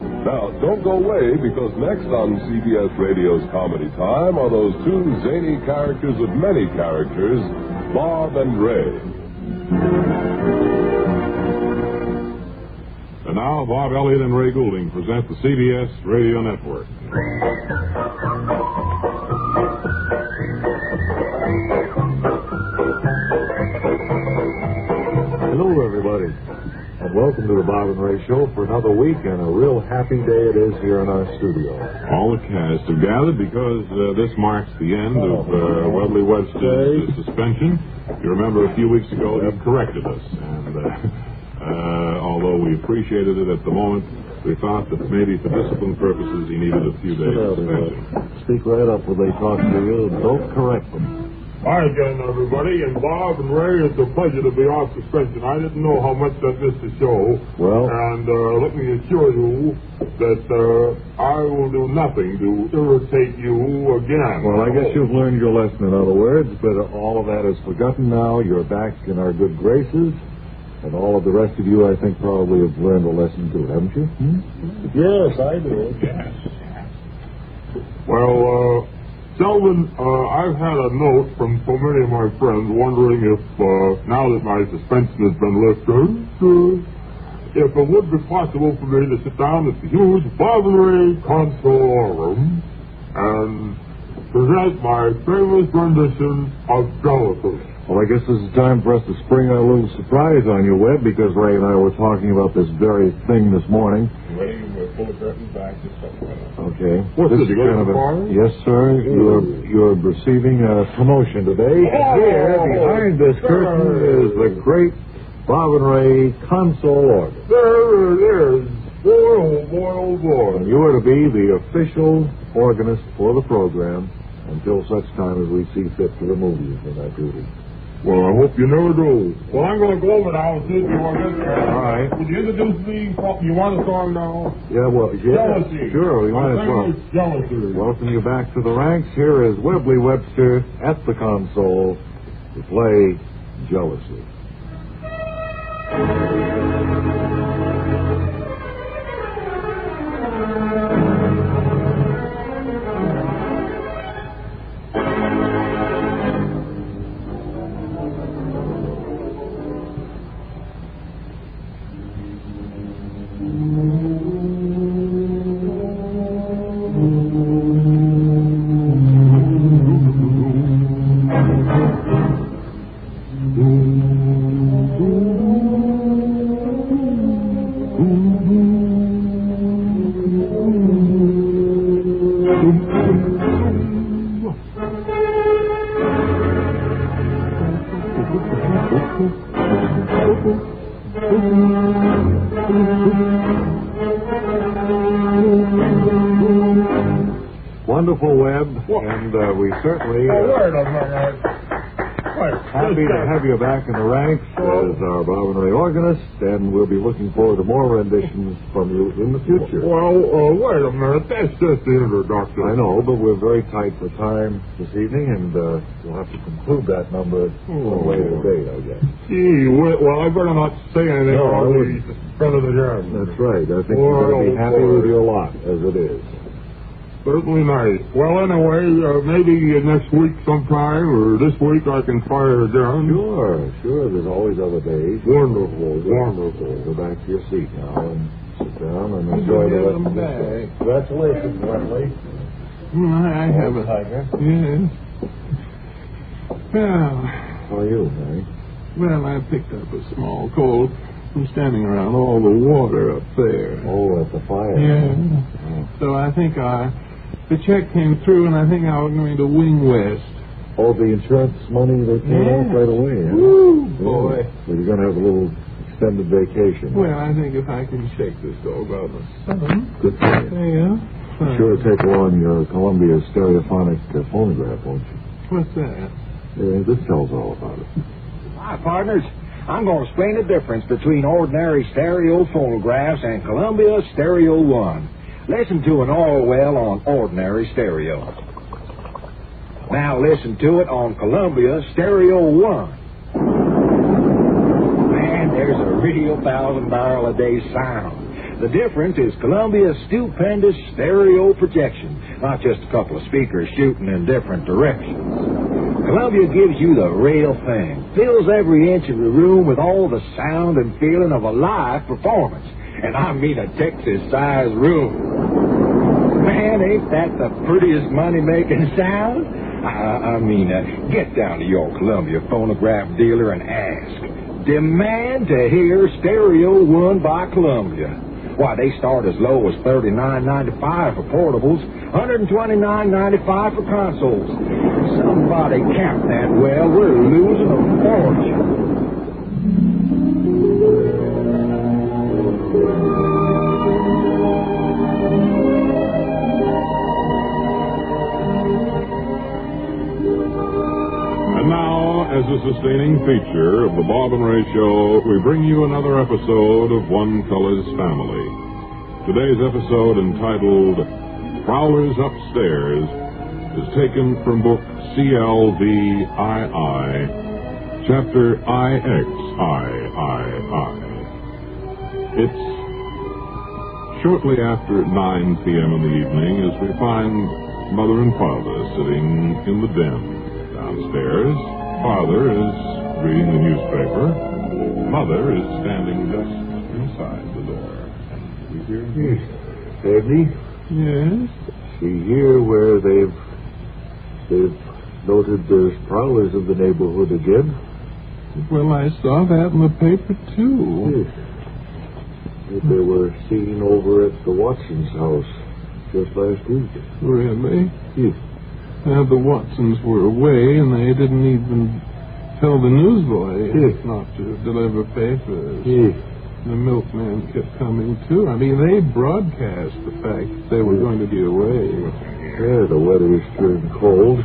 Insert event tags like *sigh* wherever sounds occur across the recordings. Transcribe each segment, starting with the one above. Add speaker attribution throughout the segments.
Speaker 1: Now, don't go away because next on CBS Radio's Comedy Time are those two zany characters of many characters, Bob and Ray.
Speaker 2: And now, Bob Elliott and Ray Goulding present the CBS Radio Network.
Speaker 3: Hello, everybody, and welcome to the Bob and Ray Show for another week, and a real happy day it is here in our studio.
Speaker 2: All the cast have gathered because uh, this marks the end of uh, Webley Webster's uh, suspension. You remember a few weeks ago he corrected us, and uh, uh, *laughs* although we appreciated it at the moment, we thought that maybe for discipline purposes he needed a few
Speaker 3: Sit
Speaker 2: days
Speaker 3: down,
Speaker 2: suspension.
Speaker 3: everybody. Speak right up when they talk to you. Don't correct them.
Speaker 4: Hi again, everybody, and Bob and Ray, it's a pleasure to be off suspension. I didn't know how much I missed the show.
Speaker 3: Well-
Speaker 4: and uh, let me assure you that uh, I will do nothing to irritate you again.
Speaker 3: Well, I guess you've learned your lesson, in other words, but all of that is forgotten now. You're back in our good graces, and all of the rest of you, I think, probably have learned a lesson too, haven't you? Hmm?
Speaker 5: Yes, I do.
Speaker 4: Well, uh, Selwyn, uh, I've had a note from so many of my friends wondering if, uh, now that my suspension has been lifted, uh, if it would be possible for me to sit down at the huge Barbary Consolorum and present my famous rendition of Jellicus.
Speaker 3: Well, I guess this is time for us to spring a little surprise on you, Webb, because Ray and I were talking about this very thing this morning.
Speaker 2: Waiting with full curtain back to something.
Speaker 3: Okay.
Speaker 4: What's
Speaker 3: this
Speaker 4: this,
Speaker 3: is
Speaker 4: Golden
Speaker 3: kind of a,
Speaker 4: Farm?
Speaker 3: Yes, sir. You're you're receiving a promotion today.
Speaker 4: Oh,
Speaker 3: and here, behind this curtain,
Speaker 4: sure.
Speaker 3: is the great Bob and Ray console order.
Speaker 4: There it is. Boy, oh boy, oh boy.
Speaker 3: And you are to be the official organist for the program until such time as we see fit to remove you from that duty.
Speaker 4: Well, I hope you never do. Well, I'm going to go over now and see if you want to.
Speaker 3: All right.
Speaker 4: Would you introduce me? You want a song now?
Speaker 3: Yeah, well, yeah,
Speaker 4: Jealousy.
Speaker 3: sure. We might
Speaker 4: My
Speaker 3: as well.
Speaker 4: favorite Jealousy.
Speaker 3: Welcome you back to the ranks. Here is Webley Webster at the console to play Jealousy. Wonderful Webb, and uh, we certainly
Speaker 4: Oh,
Speaker 3: uh,
Speaker 4: wait a minute. Wait,
Speaker 3: happy
Speaker 4: just
Speaker 3: to have you back in the ranks as our Bob and Ray organist, and we'll be looking forward to more renditions from you in the
Speaker 4: a-
Speaker 3: future.
Speaker 4: Well, uh, wait a minute. That's just the introduction.
Speaker 3: I know, but we're very tight for time this evening, and uh, we'll have to conclude that number at some later date, I guess.
Speaker 4: Gee, wait, well, I better not say anything. or
Speaker 3: No, I
Speaker 4: I'll be
Speaker 3: wouldn't.
Speaker 4: suspended again.
Speaker 3: That's right. I think you're going to be happy with your lot as it is.
Speaker 4: Certainly nice. Well, anyway, uh, maybe uh, next week sometime or this week I can fire down.
Speaker 3: Sure, sure. There's always other days.
Speaker 4: Wonderful,
Speaker 3: Wonderful. Go back to your seat now and sit down and enjoy the rest of the show.
Speaker 5: Congratulations, Wesley.
Speaker 4: I have it.
Speaker 5: Tiger.
Speaker 4: Yes. Well,
Speaker 3: How are you, Mary?
Speaker 4: well, I picked up a small cold from standing around all the water up there.
Speaker 3: Oh, at the fire.
Speaker 4: Yeah.
Speaker 3: Oh.
Speaker 4: So I think I, the check came through, and I think I was going to wing west.
Speaker 3: Oh, the insurance money that came
Speaker 4: Yeah.
Speaker 3: out right away. huh?
Speaker 4: Woo,
Speaker 3: Yeah.
Speaker 4: boy.
Speaker 3: So you're going to have a little extended vacation.
Speaker 4: Well, I think if I can shake this dog out of the sun,
Speaker 3: Good for you.
Speaker 4: yeah.
Speaker 3: Sure, take along your Columbia stereophonic uh, phonograph, won't you?
Speaker 4: What's that?
Speaker 3: Yeah, this tells all about it.
Speaker 5: Hi, partners. I'm going to explain the difference between ordinary stereo phonographs and Columbia Stereo 1. Listen to an Orwell on ordinary stereo. Now listen to it on Columbia Stereo 1. Man, there's a real thousand barrel a day sound. The difference is Columbia's stupendous stereo projection, not just a couple of speakers shooting in different directions. Columbia gives you the real thing, fills every inch of the room with all the sound and feeling of a live performance. And I mean a Texas-sized room. Man, ain't that the prettiest money-making *laughs* sound? I, I mean, uh, get down to your Columbia phonograph dealer and ask demand to hear Stereo One by Columbia. Why, they start as low as thirty-nine ninety-five for portables, hundred and twenty-nine ninety-five for consoles. Somebody count that well. We're losing a fortune.
Speaker 4: as a sustaining feature of the Bob and Ray Show, we bring you another episode of One Color's Family. Today's episode, entitled Prowlers Upstairs, is taken from book CLVII, chapter IXIII. It's shortly after 9 p.m. in the evening as we find mother and father sitting in the den downstairs father is reading the newspaper. Mother is standing just inside the door. And we hear
Speaker 3: yes. Eddie?
Speaker 4: Yes?
Speaker 3: See here where they've they've noted there's prowlers of the neighborhood again.
Speaker 4: Well, I saw that in the paper too.
Speaker 3: Yes. They were seen over at the Watsons' house just last week.
Speaker 4: Really?
Speaker 3: Yes.
Speaker 4: Uh, the Watsons were away, and they didn't even tell the newsboy yes. not to deliver papers.
Speaker 3: Yes.
Speaker 4: The milkman kept coming, too. I mean, they broadcast the fact that they were yes. going to be away.
Speaker 3: Yeah, the weather's turned cold.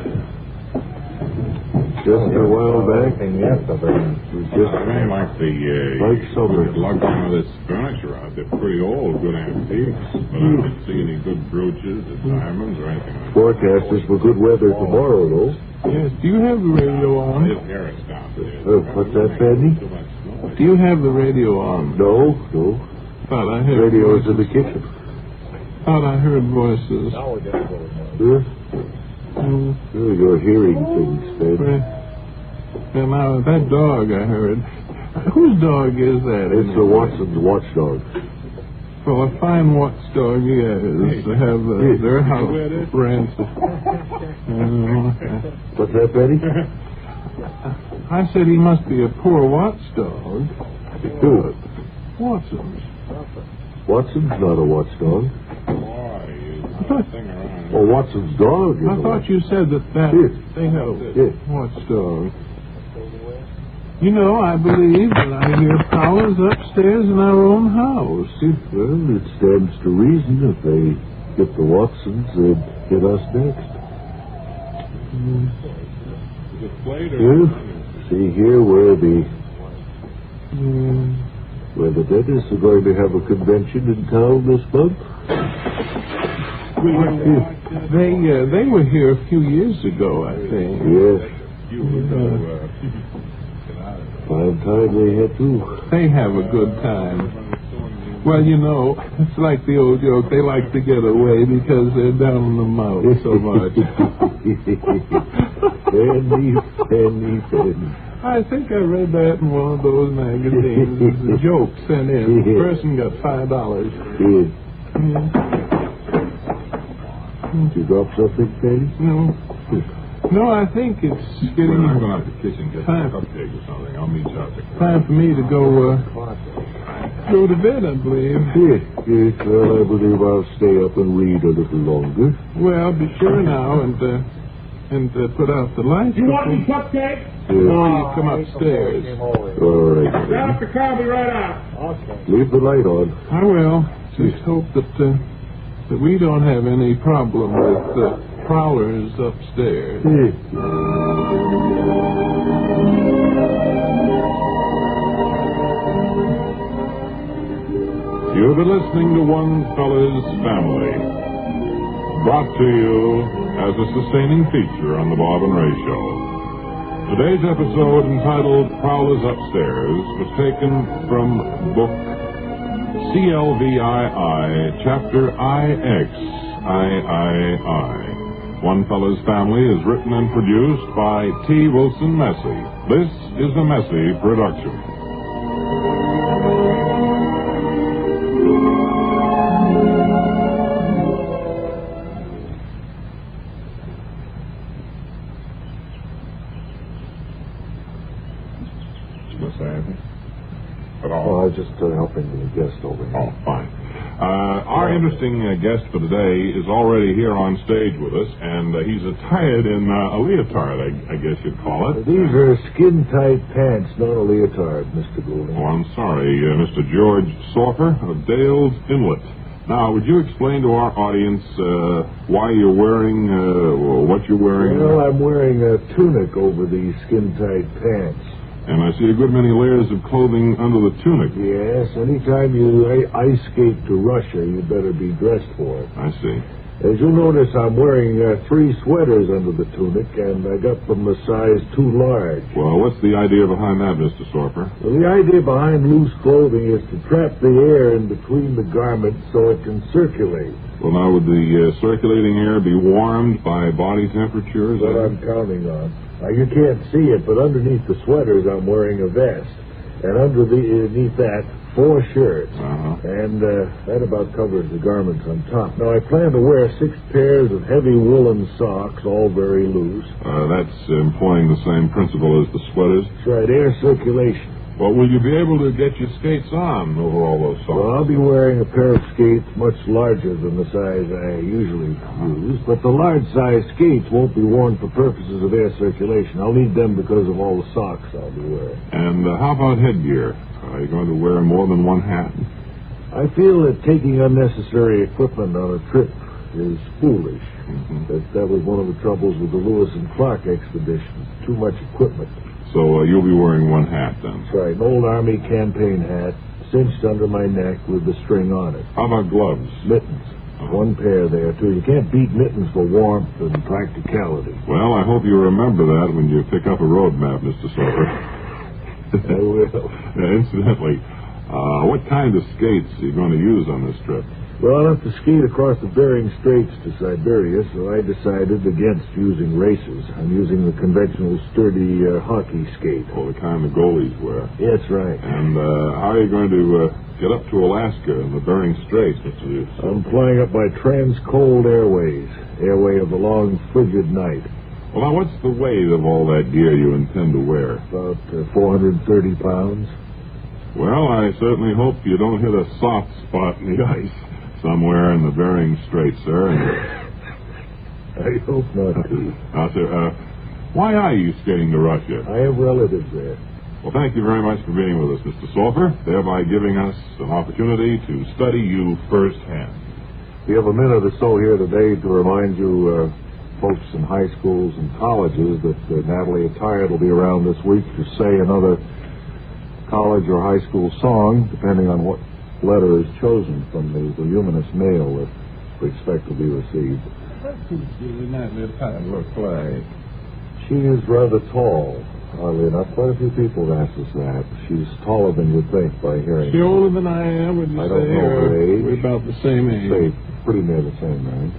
Speaker 3: Just oh, a while back.
Speaker 5: And yesterday.
Speaker 3: Just
Speaker 4: I mean, like the uh,
Speaker 3: like summer.
Speaker 4: Lug some of this furniture out. They're pretty old, good antiques, but I don't see any good brooches or diamonds or anything. Like
Speaker 3: Forecast is for good weather tomorrow, though.
Speaker 4: Yes. Do you have the radio on?
Speaker 3: Uh, what's that, Fanny?
Speaker 4: Do you have the radio on?
Speaker 3: No, no.
Speaker 4: Thought I heard.
Speaker 3: Radio's voices. in the kitchen.
Speaker 4: Thought I heard voices.
Speaker 3: Now we got Yes. Mm. Oh, you're hearing things, Fred.
Speaker 4: Well, now, that dog I heard. Whose dog is that?
Speaker 3: It's the Watson's watchdog.
Speaker 4: Well, a fine watchdog he is to have uh, hey. their house ransom.
Speaker 3: uh, What's that, Betty?
Speaker 4: *laughs* I said he must be a poor watchdog.
Speaker 3: Who?
Speaker 4: Watson's.
Speaker 3: Watson's not a watchdog.
Speaker 4: Boy, thought...
Speaker 3: Well, Watson's dog.
Speaker 4: I thought you said that that
Speaker 3: yes.
Speaker 4: they had a
Speaker 3: yes.
Speaker 4: watchdog. You know, I believe that I hear powers upstairs in our own house.
Speaker 3: It, well, it stands to reason if they get the Watsons, they'd hit us next.
Speaker 4: Mm. Yes.
Speaker 3: See here where the
Speaker 4: mm.
Speaker 3: where the dentists are going to have a convention in town this month.
Speaker 4: We were, they uh, they were here a few years ago, I think.
Speaker 3: Yes. Uh, Fine time they had too.
Speaker 4: They have a good time. Well, you know, it's like the old joke. They like to get away because they're down in the mouth so much.
Speaker 3: *laughs* penny, penny, penny.
Speaker 4: I think I read that in one of those magazines. It's a joke sent in. The person got five dollars.
Speaker 3: Yes. Yeah. Did you drop something, Teddy?
Speaker 4: No. No, I think it's getting.
Speaker 1: Well, I'm going out to the kitchen get
Speaker 3: Uh,
Speaker 4: time.
Speaker 1: a cupcake or something. I'll meet you out there.
Speaker 4: Time for me to go. Uh, go to bed, I believe.
Speaker 3: Yes, yes. Well, I believe I'll stay up and read a little longer.
Speaker 4: Well, be sure now and uh, and uh, put out the lights.
Speaker 6: You want any cupcake?
Speaker 4: Yes. Before
Speaker 1: Uh,
Speaker 4: you come upstairs.
Speaker 3: All right.
Speaker 6: Stop the car. Be right out.
Speaker 3: Okay. Leave the light on.
Speaker 4: I will. Just hope that. Uh, that we don't have any problem with the prowlers upstairs.
Speaker 3: Yes.
Speaker 4: You've been listening to One Fella's Family, brought to you as a sustaining feature on the Bob and Ray Show. Today's episode, entitled Prowlers Upstairs, was taken from book CLVII, Chapter IX, III. One Fellow's Family is written and produced by T. Wilson Messi. This is a Messi production. Miss Ivy? At all?
Speaker 3: Oh, I was just uh, helping the guest over here.
Speaker 4: Oh, fine. Uh, our interesting uh, guest for today is already here on stage with us, and uh, he's attired in uh, a leotard, I, I guess you'd call it.
Speaker 3: Oh. These are skin tight pants, not a leotard, Mr. Goulding.
Speaker 4: Oh, I'm sorry, uh, Mr. George Sorfer of Dale's Inlet. Now, would you explain to our audience uh, why you're wearing uh, or what you're wearing?
Speaker 3: Well, I'm wearing a tunic over these skin tight pants.
Speaker 4: And I see a good many layers of clothing under the tunic.
Speaker 3: Yes, anytime you i- ice skate to Russia, you better be dressed for it.
Speaker 4: I see.
Speaker 3: As you'll notice, I'm wearing uh, three sweaters under the tunic, and I got them a size too large.
Speaker 4: Well, what's the idea behind that, Mr. Sorfer?
Speaker 3: Well, the idea behind loose clothing is to trap the air in between the garments so it can circulate.
Speaker 4: Well, now, would the uh, circulating air be warmed by body temperature? Is
Speaker 3: That's what
Speaker 4: that-
Speaker 3: I'm counting on. Now, you can't see it, but underneath the sweaters, I'm wearing a vest. And underneath that, four shirts.
Speaker 4: Uh-huh.
Speaker 3: And uh, that about covers the garments on top. Now, I plan to wear six pairs of heavy woolen socks, all very loose.
Speaker 4: Uh, that's employing the same principle as the sweaters.
Speaker 3: That's right, air circulation.
Speaker 4: Well, will you be able to get your skates on over all those
Speaker 3: Well,
Speaker 4: socks?
Speaker 3: I'll be wearing a pair of skates much larger than the size I usually use, but the large size skates won't be worn for purposes of air circulation. I'll need them because of all the socks I'll be wearing.
Speaker 4: And uh, how about headgear? Are you going to wear more than one hat?
Speaker 3: I feel that taking unnecessary equipment on a trip is foolish. That that was one of the troubles with the Lewis and Clark expedition. Too much equipment.
Speaker 4: So uh, you'll be wearing one hat then.
Speaker 3: That's right, an old army campaign hat cinched under my neck with the string on it.
Speaker 4: How about gloves?
Speaker 3: Mittens. One pair there, too. You can't beat mittens for warmth and practicality.
Speaker 4: Well, I hope you remember that when you pick up a road map, Mr. Sorfer.
Speaker 3: I will.
Speaker 4: *laughs* Uh, incidentally, uh, what kind of skates are you going to use on this trip?
Speaker 3: Well, I'll have to skate across the Bering Straits to Siberia, so I decided against using races. I'm using the conventional sturdy uh, hockey skate.
Speaker 4: Well, the kind the goalies wear.
Speaker 3: Yes, right.
Speaker 4: And uh, how are you going to uh, get up to Alaska in the Bering Straits, Mr. Sorfer?
Speaker 3: I'm flying up by Transcold Airways, airway of the long frigid night,
Speaker 4: Well, now, what's the weight of all that gear you intend to wear?
Speaker 3: about uh, 430 pounds. *laughs*
Speaker 4: Well, I certainly hope you don't hit a soft spot in the *laughs* ice somewhere in the Bering Strait, sir. And,
Speaker 3: I hope not.
Speaker 4: now, sir, uh, why are you skating to Russia?
Speaker 3: I have relatives there.
Speaker 4: Well, thank you very much for being with us, Mr. Sorfer, thereby giving us an opportunity to study you firsthand.
Speaker 3: We have a minute or so here today to remind you, uh, folks in high schools and colleges, that uh, Natalie Attired will be around this week to say another college or high school song, depending on what letter is chosen from the voluminous mail that we expect to be received. She is rather tall, oddly enough. Quite a few people have asked us that. She's taller than you think by hearing.
Speaker 2: You're older than I am, would you
Speaker 3: I
Speaker 2: say?
Speaker 3: don't know her
Speaker 2: or
Speaker 3: age.
Speaker 2: We're about the same age.
Speaker 3: Say, pretty near the same age.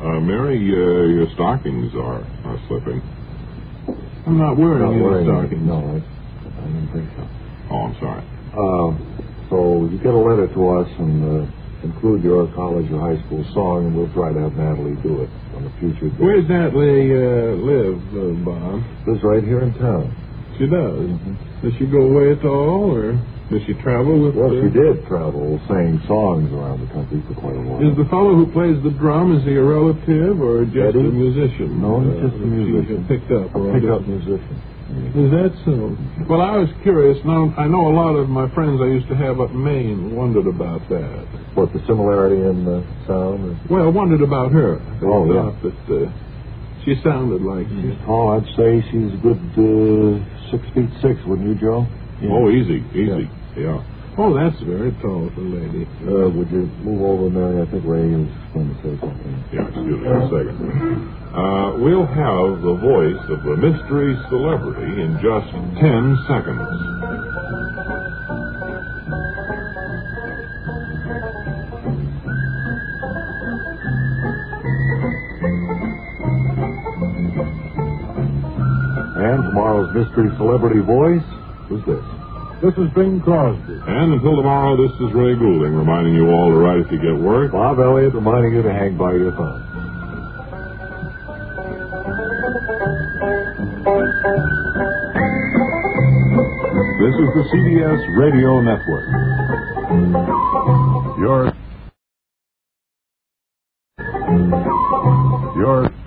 Speaker 4: Uh, Mary, uh, your stockings are, are slipping.
Speaker 2: I'm not wearing
Speaker 3: Not
Speaker 2: any
Speaker 3: wearing it.
Speaker 2: stockings.
Speaker 3: No, I, I didn't think so.
Speaker 4: Oh, I'm sorry.
Speaker 3: Uh, so you get a letter to us and uh, include your college or high school song, and we'll try to have Natalie do it on a future day.
Speaker 2: Where's Natalie uh, live, uh, Bob?
Speaker 3: This is right here in town.
Speaker 2: She does. Does she go away at all, or does she travel with?
Speaker 3: Well,
Speaker 2: the...
Speaker 3: she did travel singing songs around the country for quite a while.
Speaker 2: Is the fellow who plays the drum is he a relative or just
Speaker 3: Eddie?
Speaker 2: a musician?
Speaker 3: No, he's
Speaker 2: Uh,
Speaker 3: just a
Speaker 2: that you
Speaker 3: musician.
Speaker 2: Picked up.
Speaker 3: a
Speaker 2: or-
Speaker 3: pickup musician?
Speaker 2: Is that so? Well, I was curious. Now I know a lot of my friends I used to have up in Maine wondered about that.
Speaker 3: What the similarity in the sound? Is?
Speaker 2: Well, wondered about her. They
Speaker 3: Oh, yeah.
Speaker 2: thought that uh, she sounded like
Speaker 3: She's tall. I'd say she's a good uh, six feet six, wouldn't you, Joe?
Speaker 4: Oh, easy, easy. Yeah.
Speaker 2: Oh, that's very tall for a lady.
Speaker 3: Uh, would you move over, Mary? I think Ray is going to say something.
Speaker 4: Yeah, excuse me a second. Uh, we'll have the voice of the mystery celebrity in just 10 seconds.
Speaker 7: That mystery celebrity voice was this.
Speaker 3: This is Bing Crosby.
Speaker 8: And until tomorrow, this is Ray Goulding reminding you all to rise to get work.
Speaker 7: Bob Elliott reminding you to hang by your thumb.
Speaker 8: This is the CBS Radio Network. Your. Your.